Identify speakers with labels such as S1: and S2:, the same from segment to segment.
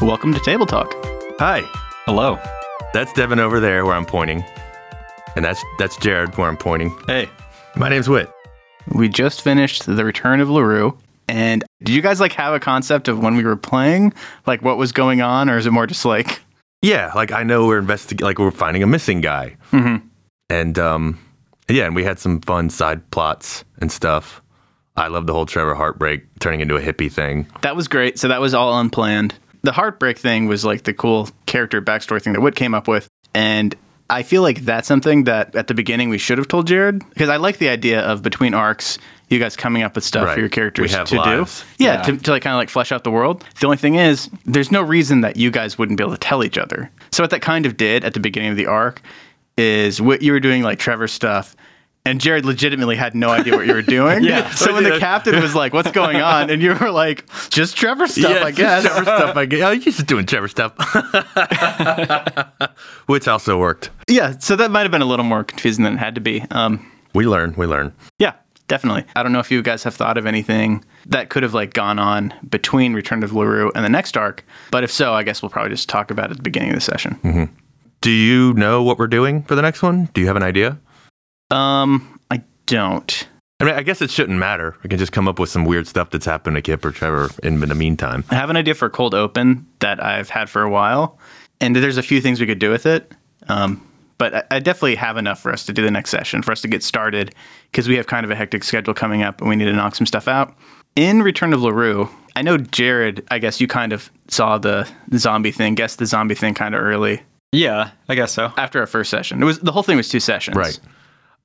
S1: Welcome to Table Talk.
S2: Hi,
S1: Hello.
S2: that's Devin over there where I'm pointing, and that's that's Jared where I'm pointing.
S1: Hey.
S2: My name's Whit.
S1: We just finished The Return of LaRue. And did you guys like have a concept of when we were playing? Like what was going on? Or is it more just like,
S2: Yeah, like I know we're investigating, like we're finding a missing guy,
S1: Mhm.
S2: and um, yeah, and we had some fun side plots and stuff. I love the whole Trevor heartbreak turning into a hippie thing.
S1: that was great. So that was all unplanned. The heartbreak thing was like the cool character backstory thing that Whit came up with. And I feel like that's something that at the beginning we should have told Jared because I like the idea of between arcs, you guys coming up with stuff
S2: Right.
S1: for your characters
S2: We have
S1: to
S2: lives.
S1: do. Yeah, To, to like kind of like flesh out the world. The only thing is, there's no reason that you guys wouldn't be able to tell each other. So what that kind of did at the beginning of the arc is what you were doing like Trevor stuff. And Jared legitimately had no idea what you were doing. yeah. So when the captain was like, "What's going on?" and you were like, "Just Trevor stuff, I guess."
S2: Trevor stuff. I guess. Oh, you're just doing Trevor stuff, which also worked.
S1: Yeah. So that might have been a little more confusing than it had to be. Um,
S2: We learn. We learn.
S1: yeah, definitely. I don't know if you guys have thought of anything that could have like gone on between Return of Larue and the next arc, but if so, I guess we'll probably just talk about it at the beginning of the session.
S2: Do you know what we're doing for the next one? Do you have an idea?
S1: Um, I don't.
S2: I mean, I guess it shouldn't matter. We can just come up with some weird stuff that's happened to Kip or Trevor in the meantime.
S1: I have an idea for a cold open that I've had for a while, and there's a few things we could do with it. Um, but I, I definitely have enough for us to do the next session, for us to get started, because we have kind of a hectic schedule coming up and we need to knock some stuff out. In Return of LaRue, I know Jared, I guess you kind of saw the zombie thing, guessed the zombie thing kind of early
S3: Yeah, I guess so.
S1: after our first session. It was the whole thing was two sessions.
S2: Right.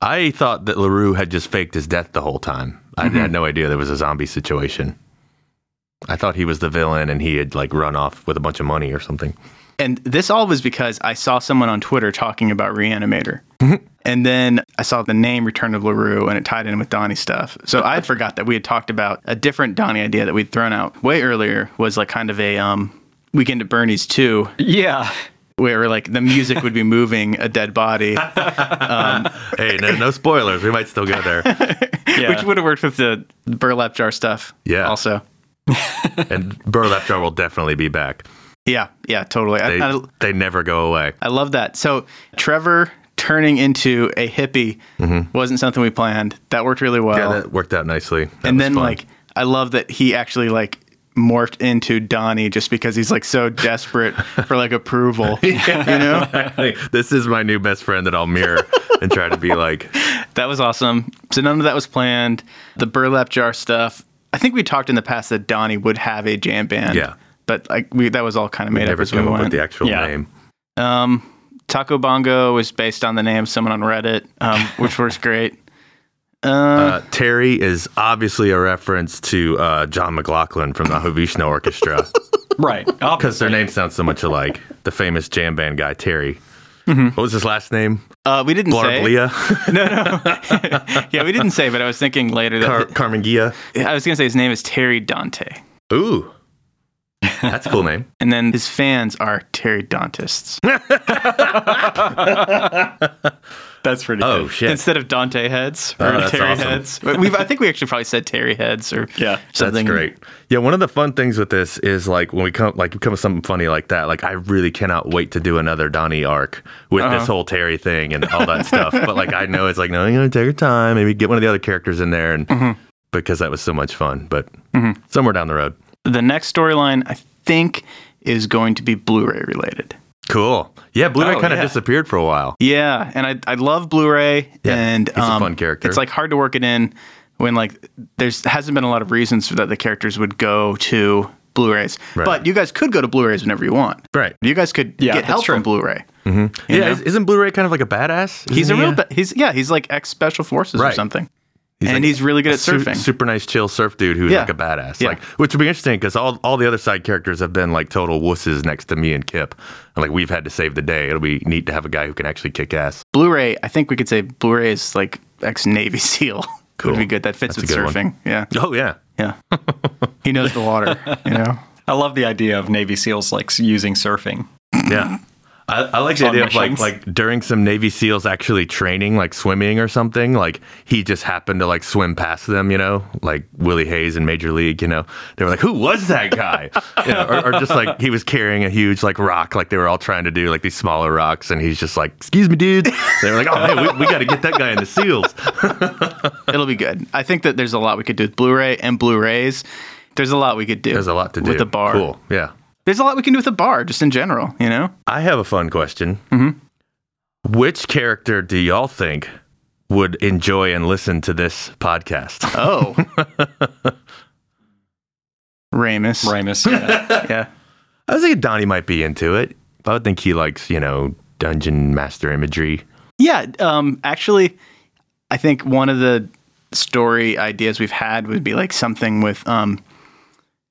S2: I thought that LaRue had just faked his death the whole time. I
S1: Mm-hmm.
S2: had no idea there was a zombie situation. I thought he was the villain and he had like run off with a bunch of money or something.
S1: And this all was because I saw someone on Twitter talking about Reanimator. and then I saw the name Return of LaRue and it tied in with Donnie stuff. So I had forgot that we had talked about a different Donnie idea that we'd thrown out way earlier was like kind of a um, Weekend at Bernie's 2,
S3: Yeah.
S1: where like the music would be moving a dead body,
S2: Hey, no, no spoilers. We might still go there.
S3: Yeah.
S1: which would have worked with the burlap jar stuff.
S2: Yeah.
S1: Also.
S2: And Burlap Jar will definitely be back.
S1: Yeah. Yeah, totally. I-
S2: They,
S1: I,
S2: they never go away.
S1: I love that. So Trevor turning into a hippie wasn't something we planned. That worked really well.
S2: Mm-hmm. Yeah, that worked out nicely. That
S1: and
S2: was
S1: then
S2: fun.
S1: like I love that he actually like morphed into Donnie just because he's like so desperate for like approval. You know?
S2: this is my new best friend that I'll mirror and try to be like.
S1: That was awesome. So none of that was planned. The burlap jar stuff. I think we talked in the past that Donnie would have a jam band.
S2: Yeah.
S1: But like we that was all kind of made up
S2: Never
S1: as we
S2: come up with
S1: went.
S2: the actual
S3: Yeah.
S2: name.
S1: um Taco Bongo was based on the name of someone on Reddit, um, which works great.
S2: Uh, Terry is obviously a reference to uh, John McLaughlin from the Mahavishnu Orchestra
S3: right.
S2: because
S1: Uh,
S3: Because
S2: their names sound so much alike. The famous jam band guy, Terry. What was his last name?
S1: Uh, we didn't say.
S2: Blarglia?
S1: Yeah, we didn't say, but I was thinking later that
S2: Car- Carmangia?
S1: I was going to say his name is Terry Dante.
S2: Ooh. That's a cool name.
S1: And then his fans are Terry Dantists.
S3: that's pretty
S2: Oh,
S3: good.
S2: shit.
S1: Instead of Dante heads or
S2: Oh, that's
S1: Terry
S2: awesome.
S1: heads. But We've, I think we actually probably said Terry heads or
S3: Yeah, that's
S1: something.
S2: That's great. Yeah, one of the fun things with this is like when we come like we come with something funny like that. Like I really cannot wait to do another Donnie arc with this whole Terry thing and all that stuff. But like I know it's like no, you're gonna take your time. Maybe get one of the other characters in there, and because that was so much fun. But somewhere down the road,
S1: The next storyline, I think, is going to be Blu ray related.
S2: cool. Yeah, Blu-ray
S3: Oh,
S2: kind of
S3: yeah.
S2: disappeared for a while.
S1: Yeah. And I, I love Blu ray.
S2: Yeah,
S1: and um,
S2: he's a fun character.
S1: It's like hard to work it in when, like, there's hasn't been a lot of reasons that the characters would go to Blu rays.
S2: Right.
S1: But you guys could go to Blu rays whenever you want.
S2: Right.
S1: You guys could
S3: Yeah,
S1: get
S3: that's
S1: help
S3: true.
S1: from Blu ray.
S2: Yeah, is- isn't Blu-ray kind of like a badass?
S1: He's a
S2: Isn't he,
S1: real,
S2: uh,
S1: ba- he's, yeah, he's like ex special forces or
S2: Right.
S1: something.
S2: He's
S1: and
S2: like
S1: he's really good at
S2: su-
S1: surfing.
S2: super nice, chill surf dude who's
S1: Yeah.
S2: like a badass.
S1: Yeah.
S2: Like, which would be interesting because all, all the other side characters have been like total wusses next to me and Kip, and like we've had to save the day. It'll be neat to have a guy who can actually kick ass.
S1: Blu-ray, I think we could say Blu-ray is like ex Navy SEAL.
S2: Cool.
S1: Would be good. That fits
S2: That's a
S1: with
S2: good one.
S1: surfing. Yeah,
S2: Oh yeah,
S1: yeah. he knows the water. You know.
S3: I love the idea of Navy SEALs like using surfing.
S2: yeah. I, I like the
S3: On
S2: idea of like
S3: missions.
S2: like during some Navy SEALs actually training, like swimming or something. Like he just happened to like swim past them, you know, like Willie Hayes in Major League. You know, they were like, "Who was that guy?" you know, or, or just like he was carrying a huge like rock, like they were all trying to do like these smaller rocks, and he's just like, "Excuse me, dudes." They were like, "Oh man, we, we got to get that guy in the SEALs."
S1: It'll be good. I think that there's a lot we could do with Blu-ray and Blu-rays. There's a lot we could do.
S2: There's a lot to do
S1: with the bar.
S2: Cool, yeah.
S1: There's a lot we can do with the bar, just in general. You know,
S2: I have a fun question.
S1: Mm-hmm.
S2: Which character do y'all think would enjoy and listen to this podcast?
S1: Oh. Ramus.
S3: Ramus. Yeah.
S1: Yeah.
S2: I was thinking Donnie might be into it. I would think he likes, you know, dungeon master imagery.
S1: Yeah. Um, actually, I think one of the story ideas we've had would be like something with um,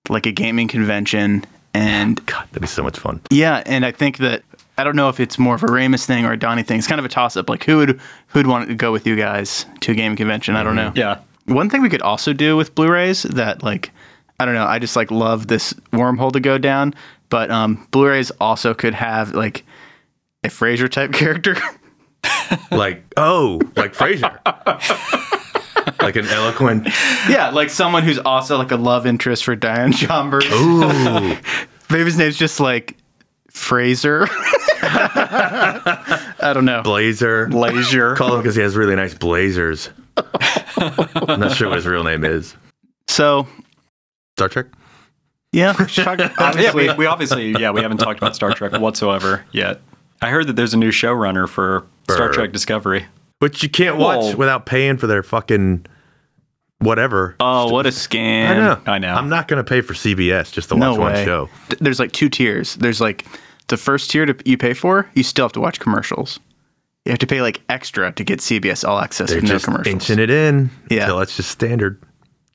S1: like a gaming convention. And
S2: God, that'd be so much fun.
S1: yeah, and I think that I don't know if it's more of a Ramus thing or a Donnie thing. It's kind of a toss up. Like who would who'd want to go with you guys to a gaming convention? I don't know.
S3: Mm-hmm. yeah.
S1: One thing we could also do with Blu-rays that like I don't know, I just like love this wormhole to go down, but um Blu-rays also could have like a Frasier type character.
S2: Like, oh, like Frasier. like an eloquent.
S1: yeah, like someone who's also like a love interest for Diane Chambers.
S2: Oh. Ooh.
S1: Maybe his name's just like Fraser. I don't know.
S2: Blazer.
S3: Lazier.
S2: Call him because he has really nice blazers. I'm not sure what his real name is.
S1: So,
S2: Star Trek?
S1: yeah, Chuck-
S3: yeah,
S1: obviously
S3: we, we obviously yeah we haven't talked about Star Trek whatsoever yet. I heard that there's a new showrunner for Star
S2: Burr.
S3: Trek Discovery.
S2: Which you can't watch
S3: Whoa.
S2: without paying for their fucking whatever.
S1: Oh, what a scam.
S2: I know.
S3: I know.
S2: I'm not going to pay for CBS just to watch
S1: No
S2: one
S1: way.
S2: show.
S1: Th- There's like two tiers. There's like the first tier to, you pay for, you still have to watch commercials. You have to pay like extra to get CBS All Access
S2: They're
S1: with no
S2: just
S1: commercials.
S2: inching it in
S1: Yeah.
S2: until it's just standard.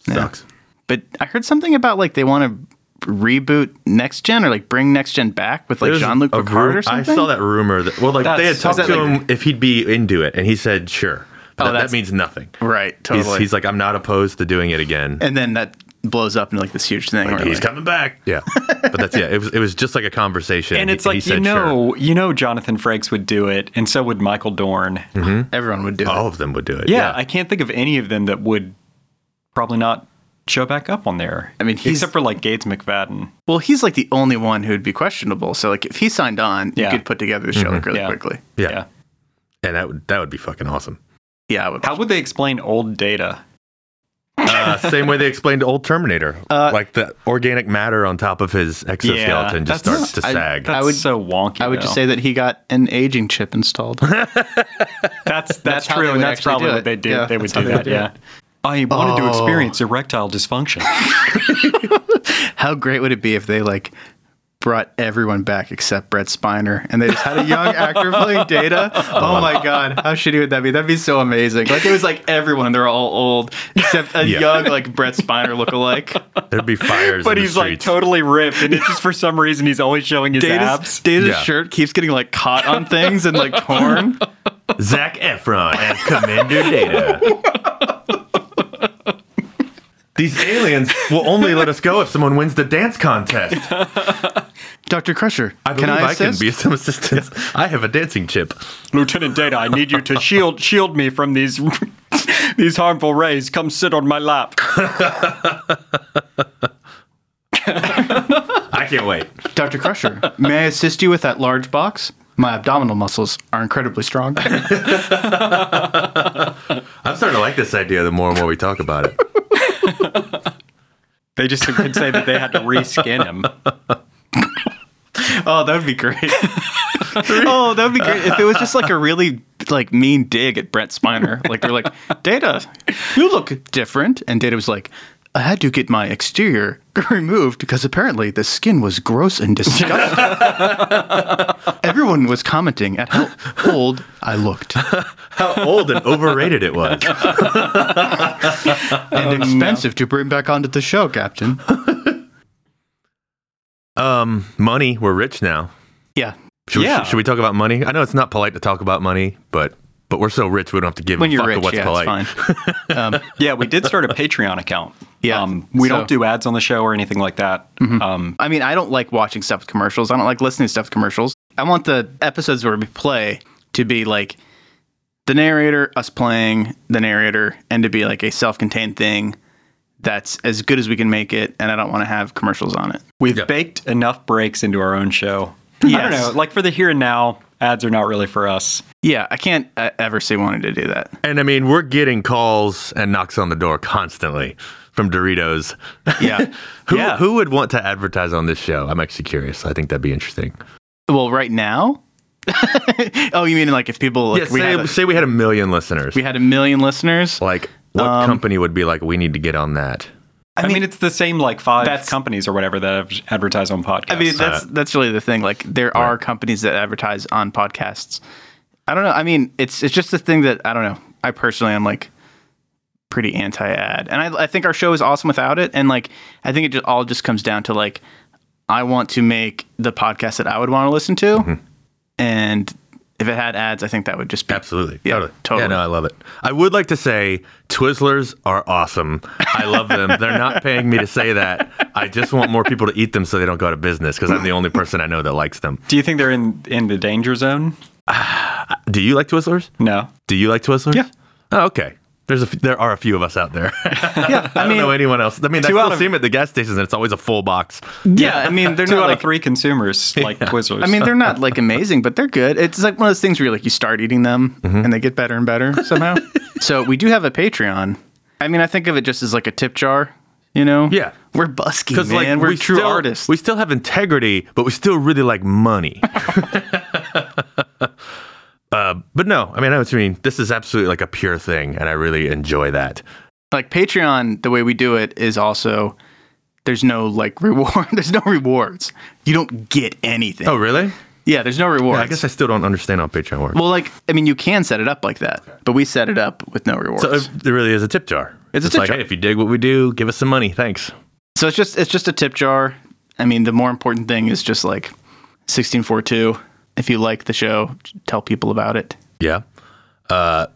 S2: Sucks.
S1: But I heard something about like they want to reboot Next Gen or like bring Next Gen back with like
S2: There's
S1: Jean Luc
S2: a
S1: Picard
S2: ru-
S1: or something.
S2: I saw that rumor. That, well, like they had
S3: That's-
S2: talked
S3: is
S2: to
S3: that like-
S2: him if he'd be into it, and he said sure. But
S1: Oh,
S2: that, that
S1: that's-
S2: means nothing.
S1: Right,
S2: He's,
S1: totally.
S2: he's like, I'm not opposed to doing it again.
S1: and then that blows up into like this huge thing. where,
S2: He's
S1: like,
S2: coming back. Yeah, but that's yeah. It was it was just like a conversation,
S3: and it's
S2: he-
S3: like
S2: he
S3: you
S2: said, sure.
S3: know, you know, Jonathan Frakes would do it, and so would Michael Dorn.
S2: Mm-hmm.
S1: everyone would do it.
S2: all of them would do it.
S3: Yeah, I can't think of any of them that would probably not show back up on there. I
S1: mean, he's-
S3: except for like Gates McFadden.
S1: Well, he's like the only one who'd be questionable. So like if he signed on,
S3: Yeah.
S1: you could put together the show like really
S3: Yeah.
S1: quickly.
S2: yeah, and that would that would be fucking awesome.
S1: Yeah, I would.
S3: How would they explain old data?
S2: Uh, same way they explained old Terminator,
S3: Uh,
S2: like the organic matter on top of his exoskeleton just
S3: that's-
S2: starts to
S1: I-
S2: sag.
S3: That's
S1: I would-
S3: so wonky.
S1: I would
S3: though.
S1: just say that he got an aging chip installed.
S3: that's that's,
S1: that's how they
S3: true, and
S1: would
S3: that's
S1: actually
S3: probably
S1: do
S3: what
S1: it.
S3: they do.
S1: Yeah,
S3: they would
S1: that's
S3: do
S1: how they
S3: that.
S1: would do it.
S3: yeah. I wanted to
S2: Oh.
S3: experience erectile dysfunction.
S1: How great would it be if they like brought everyone back except Brett Spiner and they just had a young actor playing Data? Oh my god, how shitty would that be? That'd be so amazing. Like it was like everyone, they're all old except a
S2: Yeah.
S1: young like Brett Spiner lookalike.
S2: There'd be fires.
S3: but
S2: in the
S3: he's like
S2: streets.
S3: totally ripped, and it's just for some reason he's always showing his
S1: Data's,
S3: abs.
S1: Data's
S2: Yeah.
S1: shirt keeps getting like caught on things and like torn.
S2: Zach Efron as Commander Data. These aliens will only let us go if someone wins the dance contest.
S1: Dr. Crusher,
S2: I believe
S1: can I
S2: I, can
S1: assist?
S2: be some assistance. I have a dancing chip.
S3: Lieutenant Data, I need you to shield shield me from these these harmful rays. Come sit on my lap.
S2: I can't wait.
S1: Dr. Crusher, may I assist you with that large box? My abdominal muscles are incredibly strong.
S2: I'm starting to like this idea the more and more we talk about it.
S3: They just could say that they had to reskin him.
S1: Oh, that would be great. oh, that would be great if it was just like a really like mean dig at Brent Spiner. Like they're like, Data, you look different, and Data was like, I had to get my exterior removed because apparently the skin was gross and disgusting. Everyone was commenting at how old I looked
S2: How old and overrated it was.
S1: and expensive to bring back onto the show, Captain.
S2: Um, money. We're rich now.
S1: Yeah,
S2: Should,
S3: Yeah.
S2: we, should we talk about money? I know it's not polite to talk about money, but but we're so rich we don't have to give
S1: when
S2: a
S1: you're
S2: fuck to
S1: rich,
S2: what's
S1: yeah,
S2: polite.
S1: it's fine.
S3: Yeah, we did start a Patreon account.
S1: Yeah,
S3: we
S1: so- Mm-hmm.
S3: don't do ads on the show or anything like that. Um,
S1: I mean, I don't like watching stuff with commercials. I don't like listening to stuff with commercials. I want the episodes where we play to be like the narrator, us playing the narrator, and to be like a self contained thing that's as good as we can make it. And I don't want to have commercials on it.
S3: We've
S2: Yeah.
S3: baked enough breaks into our own show. I don't
S1: Yes.
S3: know. Like for the here and now, ads are not really for us.
S1: Yeah, I can't uh, ever see wanting to do that.
S2: And I mean, we're getting calls and knocks on the door constantly from Doritos.
S1: Yeah.
S2: Who,
S3: Yeah.
S2: who would want to advertise on this show? I'm actually curious. I think that'd be interesting.
S1: well, right now? oh, you mean like if people like
S2: yeah,
S1: we,
S2: say,
S1: had a,
S2: say we had a million listeners.
S1: we had a million listeners?
S2: like, what
S1: Um,
S2: company would be like, we need to get on that?
S3: I, mean, it's the same like five
S1: That's-
S3: companies or whatever that have advertise on podcasts.
S1: I mean, that's that's really the thing. Like, there are companies that advertise on podcasts. I don't know. I mean, it's it's just the thing that I don't know. I personally am like pretty anti-ad, and I I think our show is awesome without it. And like, I think it just all just comes down to like, I want to make the podcast that I would want to listen to,
S2: Mm-hmm.
S1: and if it had ads, I think that would just be
S2: Absolutely.
S1: Yeah,
S2: totally.
S1: totally.
S2: Yeah, no, I love it. I would like to say Twizzlers are awesome. I love them. They're not paying me to say that. I just want more people to eat them so they don't go out of business because I'm the only person I know that likes them.
S3: Do you think they're in in the danger zone?
S2: Do you like Twizzlers?
S3: No.
S2: Do you like Twizzlers?
S1: Yeah.
S2: Oh, okay. There's a f- there are a few of us out there.
S1: Yeah,
S2: I, don't know anyone else. I mean, I
S3: Two out
S2: still
S3: of-
S2: see them at the gas stations, and it's always a full box.
S1: yeah. I mean, they're
S3: Two
S1: not
S3: out
S1: like
S3: of three consumers like Twizzlers.
S1: I mean, they're not like amazing, but they're good. It's like one of those things where you like you start eating them
S2: Mm-hmm.
S1: and they get better and better somehow. so we do have a Patreon. I mean, I think of it just as like a tip jar, you know?
S2: Yeah.
S1: We're busking, man.
S2: Because like
S1: we're
S2: we
S1: true
S2: still,
S1: artists.
S2: we still have integrity, but we still really like money. uh, but no, I mean, I know what you mean. This is absolutely like a pure thing, and I really enjoy that.
S1: like Patreon, the way we do it is also there's no like reward. there's no rewards. You don't get anything.
S2: Oh, really?
S1: Yeah, there's no rewards.
S2: I guess I still don't understand how Patreon works.
S1: well, like, I mean, you can set it up like that, but we set it up with no rewards.
S2: so it, it really is a tip jar.
S1: uh, It's a
S2: Just
S1: tip
S2: like,
S1: jar.
S2: Hey, if you dig what we do, give us some money. Thanks.
S1: So it's just it's just a tip jar. I mean, the more important thing is just like 1642. If you like the show, tell people about it.
S2: Yeah. Uh,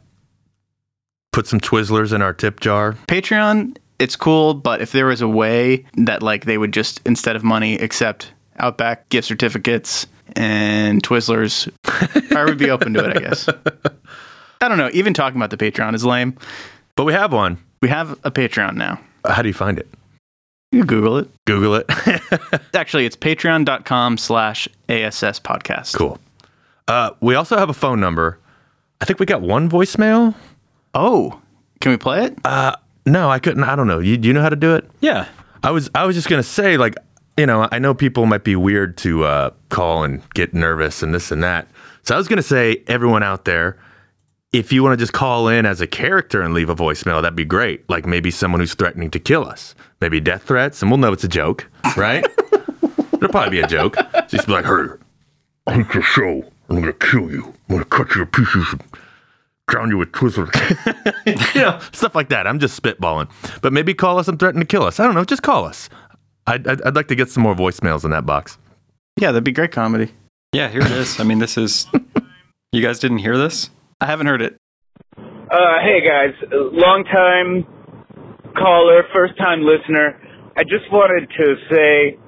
S2: put some Twizzlers in our tip jar.
S1: Patreon, it's cool, but if there was a way that like they would just instead of money accept Outback gift certificates and Twizzlers, I would be open to it, I guess. I don't know. Even talking about the Patreon is lame.
S2: But we have one.
S1: We have a Patreon now.
S2: How do you find it?
S1: You can Google it.
S2: Google it.
S1: Actually, it's patreon.com slash ASS podcast.
S2: cool. Uh, we also have a phone number. I think we got one voicemail. Uh,
S1: Oh, can we play it?
S2: No, I couldn't. I don't know. You do you know how to do it?
S3: yeah.
S2: I was I was just gonna say like you know I know people might be weird to uh, call and get nervous and this and that. So I was gonna say everyone out there, if you want to just call in as a character and leave a voicemail, that'd be great. Like maybe someone who's threatening to kill us, maybe death threats, and we'll know it's a joke, right? It'll probably be a joke. Just be like, "Her,
S4: I hate your show. I'm gonna kill you. I'm gonna cut you to pieces and drown you with Twizzlers.
S2: you know, stuff like that. I'm just spitballing. But maybe call us and threaten to kill us. I don't know. Just call us. I'd, I'd, I'd like to get some more voicemails in that box.
S1: Yeah, that'd be great comedy.
S3: Yeah, here it is. I mean, this is. You guys didn't hear this?
S1: I haven't heard it.
S5: Uh, hey guys, long time caller, first time listener. I just wanted to say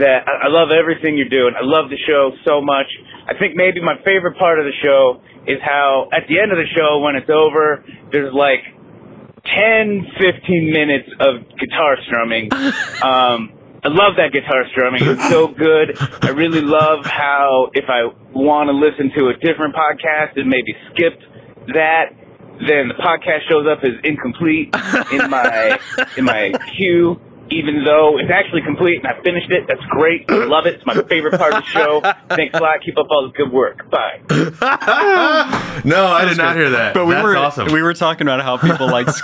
S5: that I I love everything you're doing. I love the show so much. I think maybe my favorite part of the show is how at the end of the show when it's over, there's like 10, 15 minutes of guitar strumming. Um, I love that guitar strumming. It's so good. I really love how if I want to listen to a different podcast and maybe skip that, then the podcast shows up as incomplete in my in my queue. Even though it's actually complete and I finished it, that's great. I love it. It's my favorite part of the show. Thanks a lot. Keep up all the good work. Bye.
S2: No, I did not hear that.
S3: But we
S2: That's
S3: were
S2: awesome.
S3: we were talking about how people like s-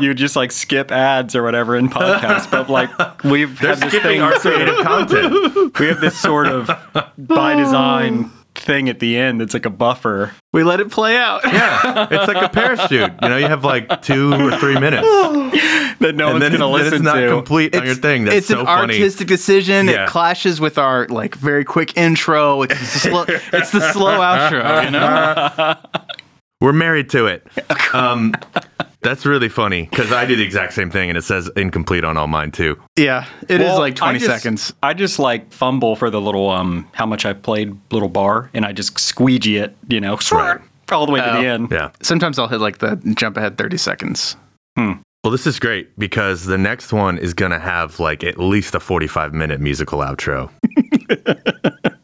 S3: you just like skip ads or whatever in podcasts, but like we've
S2: They're
S3: had this thing
S2: skipping our
S3: sort of-
S2: creative content.
S3: we have this sort of by design thing at the end that's like a buffer.
S1: We let it play out.
S2: Yeah, it's like a parachute. You know, you have like two or three minutes, and
S3: that no one's
S2: then,
S3: gonna
S2: then
S3: listen
S2: it's not
S3: to.
S2: complete on your thing. That's
S1: it's
S2: so
S1: an
S2: funny.
S1: artistic decision.
S2: Yeah.
S1: It clashes with our like very quick intro. It's the slow, it's the slow outro. You know,
S2: We're married to it. Um, that's really funny because I do the exact same thing, and it says incomplete on all mine too.
S1: Yeah, it is
S3: Well,
S1: like 20
S3: I just-
S1: seconds.
S3: I just like fumble for the little um how much I played little bar and I just squeegee it, you know, all the way to
S1: Oh.
S3: the end.
S2: Yeah.
S1: Sometimes I'll hit like the jump ahead 30 seconds.
S2: Well, this is great because the next one is going to have like at least a 45 minute musical outro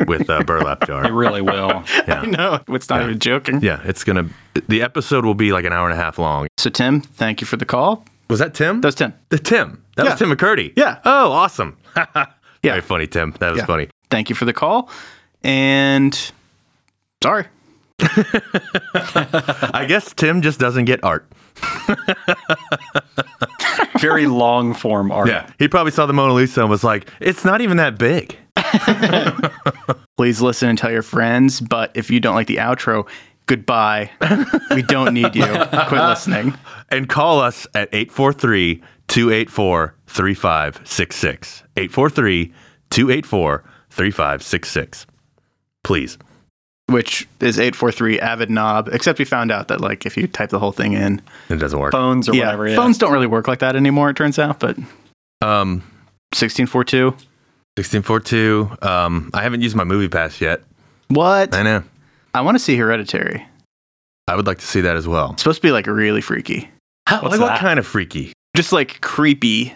S2: with uh, Burlap
S3: It
S2: Jar.
S3: really will.
S2: Yeah.
S1: No, it's not even joking.
S2: Yeah. It's going to, the episode will be like an hour and a half long.
S1: So, Tim, thank you for the call.
S2: Was that Tim?
S1: That was Tim.
S2: the Tim. That
S1: Yeah.
S2: was Tim McCurdy.
S1: Yeah.
S2: Oh, awesome.
S1: Yeah.
S2: Very funny, Tim. That was
S1: Yeah.
S2: funny.
S1: Thank you for the call. And sorry.
S2: I guess Tim just doesn't get art.
S3: Very long form art.
S2: He probably saw the Mona Lisa and was like, it's not even that big.
S1: Please listen and tell your friends. But if you don't like the outro, goodbye. we don't need you. Quit listening.
S2: And call us at 843 284 3566. 843 284 3566. Please.
S1: Which is 843 Avid Knob, except we found out that, like, if you type the whole thing in,
S2: It doesn't work.
S3: Phones or
S1: yeah,
S3: whatever. Yeah.
S1: phones don't really work like that anymore, it turns out, but
S2: Um,
S1: 1642.
S2: 1642. Um, I haven't used my movie pass yet.
S1: What?
S2: I know.
S1: I want to see Hereditary.
S2: I would like to see that as well.
S1: It's supposed to be, like, really freaky.
S2: like, what
S3: that?
S2: kind of freaky?
S1: just like creepy.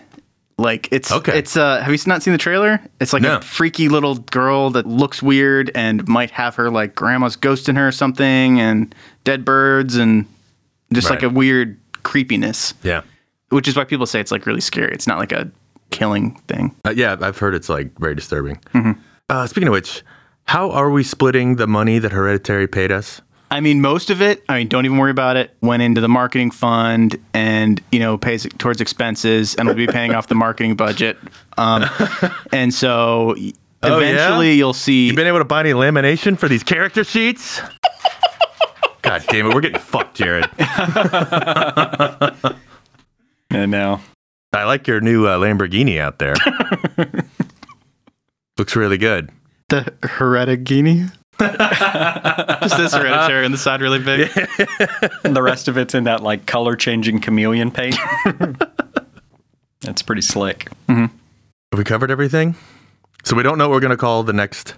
S1: Like it's
S2: Okay.
S1: it's uh have you not seen the trailer? It's like
S2: No.
S1: a freaky little girl that looks weird and might have her like grandma's ghost in her or something and dead birds and just like a
S2: Right.
S1: weird creepiness,
S2: Yeah.
S1: which is why people say it's like really scary. It's not like a killing thing.
S2: Uh, yeah, I've heard it's like very disturbing. Uh, speaking of which, how are we splitting the money that Hereditary paid us?
S1: I mean, most of it, I mean, don't even worry about it, went into the marketing fund and, you know, pays it towards expenses and we'll be paying off the marketing budget. Um, and so y-
S2: Oh, yeah?
S1: eventually you'll see.
S2: You been able to buy any lamination for these character sheets? God damn it, we're getting fucked, Jared.
S3: I know.
S2: I like your new uh, Lamborghini out there. Looks really good.
S1: The Heredigini? Just this hereditary on the side really big.
S3: And the rest of it's in that like color changing chameleon paint. That's pretty slick.
S2: Have we covered everything? So we don't know what we're going to call the next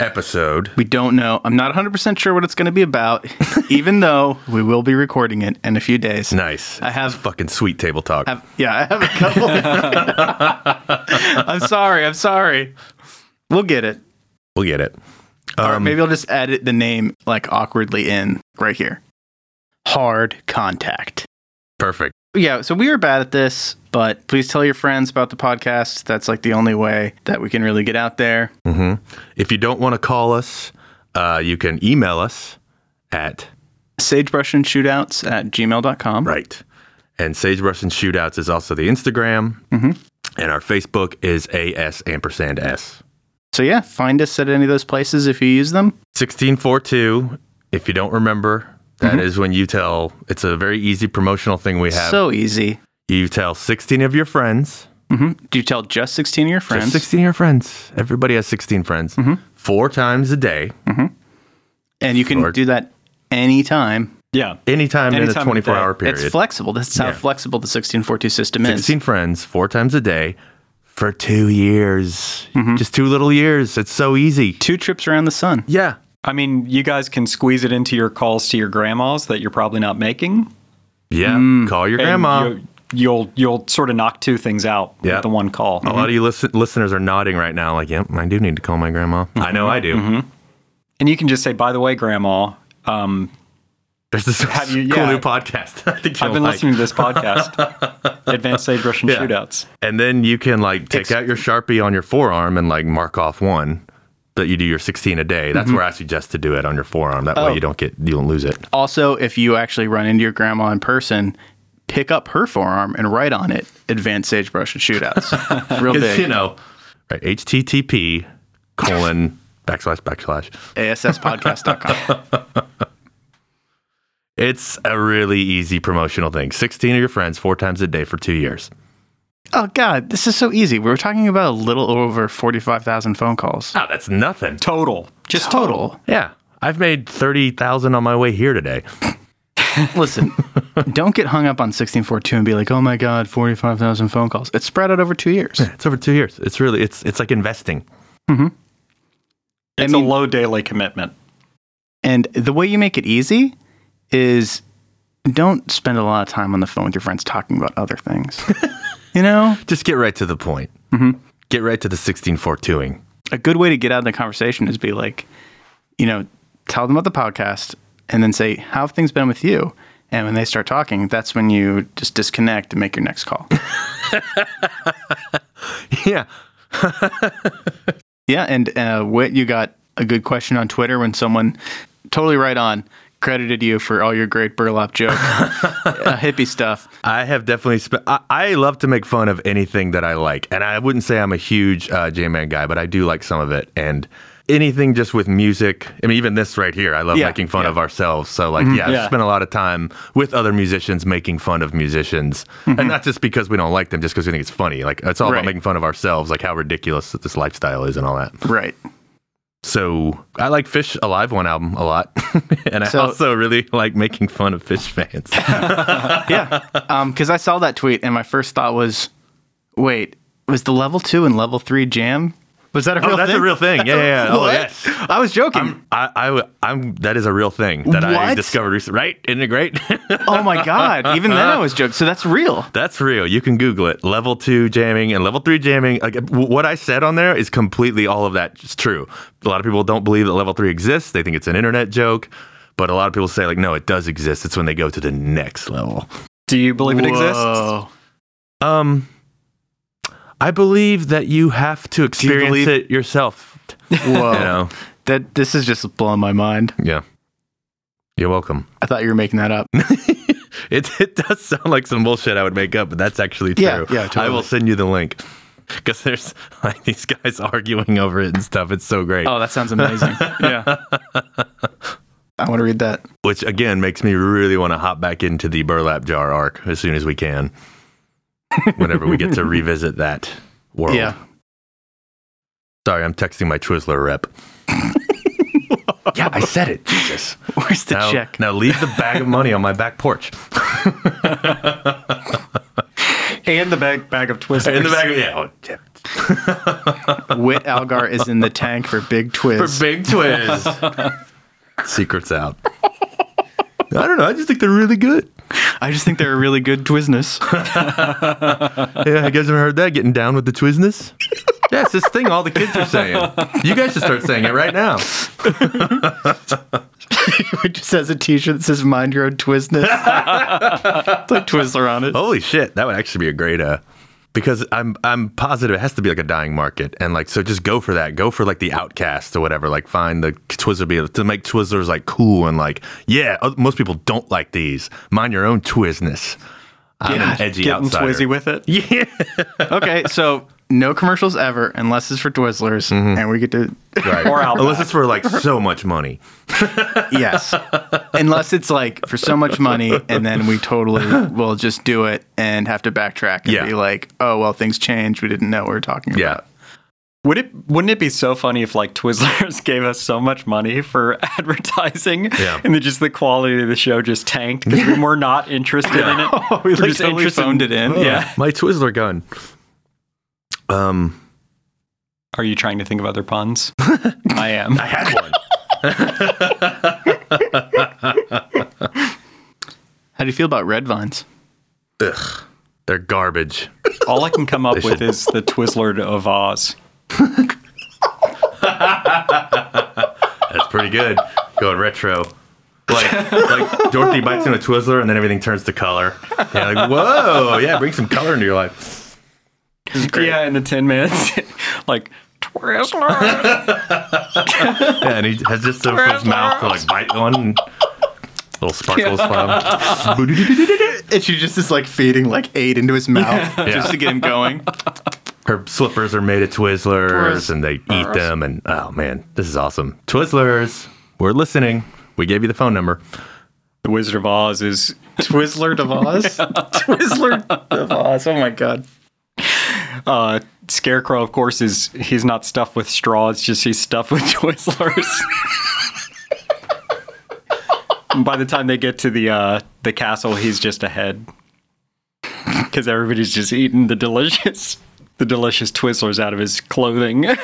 S2: episode.
S1: We don't know. I'm not 100% sure what it's going to be about, even though we will be recording it in a few days.
S2: Nice.
S1: I have-
S2: It's fucking sweet table talk.
S1: Have- yeah, I have a couple. I'm sorry. I'm sorry. We'll get it.
S2: we'll get it.
S1: or
S2: Um,
S1: maybe I'll just edit the name like awkwardly in right here. Hard contact.
S2: perfect.
S1: Yeah, so we are bad at this, but please tell your friends about the podcast. That's like the only way that we can really get out there.
S2: hmm If you don't want to call us, uh, you can email us at
S1: Sagebrush and shootouts at gmail.com.
S2: right. And Sagebrush and Shootouts is also the Instagram,
S1: Mhm.
S2: and our Facebook is as ampersand s
S1: So yeah, find us at any of those places if you use them.
S2: sixteen four two. If you don't remember, that is when you tell. It's a very easy promotional thing we have.
S1: So easy.
S2: you tell sixteen of your friends.
S1: hmm Do you tell just 16 of your
S2: Just
S1: friends?
S2: sixteen of your friends. Everybody has sixteen friends. Four times a day,
S1: and you can
S2: Lord.
S1: do that anytime.
S3: Yeah.
S2: anytime, in
S3: Anytime
S2: a
S3: of
S2: twenty four
S3: day.
S2: hour period.
S1: It's flexible. That's how
S2: Yeah.
S1: flexible the 1642 system is.
S2: 16 friends four times a day for two years. Just two little years. It's so easy.
S1: Two trips around the sun.
S2: Yeah.
S3: I mean, you guys can squeeze it into your calls to your grandmas that you're probably not making.
S2: Yeah. Call your
S3: and
S2: grandma.
S3: You, you'll you'll sort of knock two things out
S2: Yeah.
S3: with the one call.
S2: a lot of you listen, listeners are nodding right now, like, yep, I do need to call my grandma. I know I do.
S3: Mm-hmm. And you can just say, by the way, grandma, um,
S2: There's this
S3: you-
S2: cool
S3: yeah.
S2: new podcast. I think
S3: I've
S2: you'll
S3: been
S2: like.
S3: listening to this podcast, Advanced Sage Russian
S2: Yeah.
S3: Shootouts.
S2: And then you can like take out your Sharpie on your forearm and like mark off one that you do your 16 a day. That's
S3: Mm-hmm.
S2: where I suggest to do it on your forearm. That
S1: Oh.
S2: way you don't get, you don't lose it.
S1: Also, if you actually run into your grandma in person, pick up her forearm and write on it advanced sagebrush and shootouts. Real
S2: 'Cause,
S1: big.
S2: you know, right. HTTP colon backslash backslash.
S1: ASSpodcast.com.
S2: It's a really easy promotional thing. 16 of your friends four times a day for two years.
S1: oh, God, this is so easy. We were talking about a little over 45,000 phone calls.
S2: Oh, that's nothing.
S3: Total. Just total.
S1: Total.
S2: Yeah. I've made 30,000 on my way here today.
S1: Listen, don't get hung up on 1642 and be like, oh my God, 45,000 phone calls. It's spread out over two years.
S2: It's over two years. It's really it's it's like investing.
S3: It's
S1: mean-
S3: a low daily commitment.
S1: And the way you make it easy is don't spend a lot of time on the phone with your friends talking about other things. you know,
S2: Just get right to the point.
S1: Mm-hmm.
S2: Get right to the sixteen four twoing.
S1: a good way to get out of the conversation is be like, you know, tell them about the podcast and then say, how have things been with you? And when they start talking, that's when you just disconnect and make your next call.
S2: Yeah.
S1: Yeah, and uh, Whit, you got a good question on Twitter when someone totally right on credited you for all your great burlap joke, uh, hippie stuff.
S2: I have definitely spent. I, I love to make fun of anything that I like, and I wouldn't say I'm a huge uh, J-Man guy, but I do like some of it. And anything just with music. I mean, even this right here, I love
S1: Yeah,
S2: making fun
S1: yeah. Mm-hmm.
S2: of ourselves. So like, yeah,
S3: Yeah.
S2: I've spent a lot of time with other musicians making fun of musicians, and not just because we don't like them, just because we think it's funny. Like it's all
S1: Mm-hmm. Right.
S2: about making fun of ourselves, like how ridiculous this lifestyle is and all that.
S1: Right.
S2: So I like Fish Alive One album a lot, and
S1: So-
S2: I also really like making fun of Fish fans.
S1: Yeah. Because I saw that tweet, and my first thought was, wait, was the level two and level three jam? Was that a real
S2: oh, that's
S1: thing?
S2: a real thing. Yeah, yeah. yeah. Oh,
S1: What?
S2: yes.
S1: I was joking.
S2: I, I, w- I'm. That is a real thing that I
S1: What?
S2: discovered recently. Right? Isn't it great?
S1: oh my god! Even then, I was joking. So that's real.
S2: That's real. You can Google it. Level two jamming and level three jamming. Like w- what I said on there is completely all of that is true. A lot of people don't believe that level three exists. They think it's an internet joke. But a lot of people say like, no, it does exist. It's when they go to the next level.
S3: Do you believe it exists?
S1: Whoa.
S2: Um, I believe that you have to
S1: you
S2: experience
S1: believe-
S2: it yourself.
S1: Whoa.
S2: You know?
S1: That this is just blowing my mind.
S2: Yeah. You're welcome.
S1: I thought you were making that up.
S2: It, it does sound like some bullshit I would make up, but that's actually true.
S1: Yeah, yeah, totally.
S2: I will send you the link because there's like these guys arguing over it and stuff. It's so great,
S1: Oh, that sounds amazing. yeah. I want to read that.
S2: which again makes me really want to hop back into the burlap jar arc as soon as we can. Whenever we get to revisit that world.
S1: Yeah.
S2: Sorry, I'm texting my Twizzler rep. yeah, I said it. Jesus.
S1: Where's the
S2: Now,
S1: check?
S2: now leave the bag of money on my back porch.
S3: And the bag bag of Twizzlers.
S2: In the bag of yeah. oh, yeah.
S1: Wit Algar is in the tank for Big Twiz.
S2: For big twizz. Secrets out. I don't know. I just think they're really good.
S1: I just think they're a really good Twizness.
S2: Yeah, you guys ever heard that? Getting down with the twizness? Yeah, it's this thing all the kids are saying. You guys should start saying it right now.
S1: it just has a T-shirt that says "Mind Your Own Twizness." it's like Twizzler on it.
S2: Holy shit, that would actually be a great uh because I'm I'm positive it has to be like a dying market and like so just go for that. Go for like the outcast or whatever. Like find the Twizzler be to make Twizzlers like cool and like yeah, uh, most people don't like these. Mind your own twizness. I'm an edgy
S3: Getting
S2: outsider.
S3: twizzy with it.
S2: Yeah.
S1: Okay, so no commercials ever, unless it's for Twizzlers,
S2: Mm-hmm.
S1: and we get to
S2: Right.
S3: Or Outback.
S2: Unless it's for like so much money.
S1: yes, unless it's like for so much money, and then we totally will just do it and have to backtrack and
S2: Yeah.
S1: be like, oh well, things changed. We didn't know what we were talking
S2: Yeah.
S1: about.
S3: Would it wouldn't it be so funny if like Twizzlers gave us so much money for advertising
S2: Yeah.
S3: and then just the quality of the show just tanked because we were not interested in it.
S1: Oh, we
S3: We're
S1: like totally
S3: interested
S1: phoned it in.
S3: Yeah.
S2: My Twizzler gun. Um
S3: Are you trying to think of other puns? I am.
S2: I had one.
S1: How do you feel about red vines?
S2: Ugh. They're garbage.
S3: All I can come up
S2: should-
S3: with is the Twizzler of Oz.
S2: That's pretty good. Going retro. Like like Dorothy bites in a Twizzler and then everything turns to color. Yeah, like, whoa, yeah, bring some color into your life.
S3: Yeah, in the ten minutes, like Twizzler.
S2: Yeah, and he has just the his mouth to like bite one and little sparkles fly.
S1: And she just is like feeding like eight into his mouth just to get him going.
S2: Her slippers are made of Twizzlers
S1: Twiz-
S2: and they eat them. And oh man, this is awesome. Twizzlers, we're listening. We gave you the phone number.
S3: the Wizard of Oz is
S1: Twizzler of Oz. Twizzler of Oz. Oh my god.
S3: uh, Scarecrow. Of course, is he's not stuffed with straw. It's just he's stuffed with Twizzlers. And by the time they get to the uh, the castle, he's just ahead because everybody's just eating the delicious the delicious Twizzlers out of his clothing.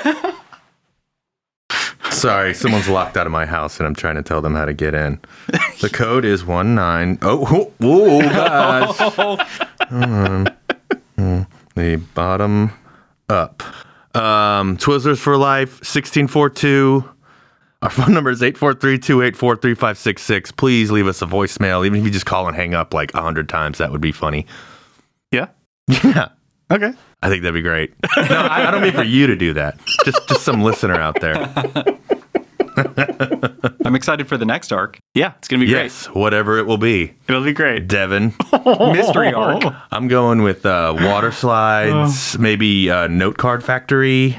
S2: Sorry, someone's locked out of my house and I'm trying to tell them how to get in. The code is one nine. Oh, oh, oh gosh. Mm, the bottom up. Um, Twizzlers for life. Sixteen four two. Our phone number is 843-284-3566. Please leave us a voicemail. Even if you just call and hang up like a hundred times, that would be funny.
S1: Yeah.
S2: Yeah.
S1: Okay.
S2: I think that'd be great. No, I, I don't mean for you to do that. Just just some listener out there.
S3: I'm excited for the next arc,
S1: Yeah, it's gonna be
S2: Yes, whatever it will be.
S1: great. It'll be great.
S2: Devin,
S3: mystery arc.
S2: I'm going with uh, water slides, maybe uh, note card factory,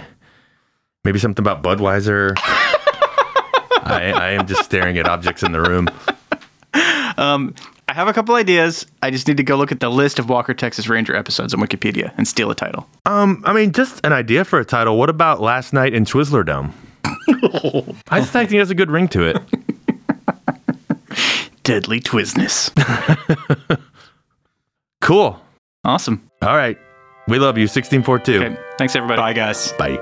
S2: maybe something about Budweiser. I, I am just staring at objects in the room.
S1: Um, I have a couple ideas. I just need to go look at the list of Walker Texas Ranger episodes on Wikipedia and steal a title.
S2: Um, I mean, just an idea for a title. What about Last Night in Twizzler Dome? I just think it has a good ring to it.
S1: Deadly Twizness.
S2: Cool.
S1: awesome.
S2: All right. We love you. 1642.
S1: Okay. Thanks everybody.
S3: Bye, guys.
S2: Bye.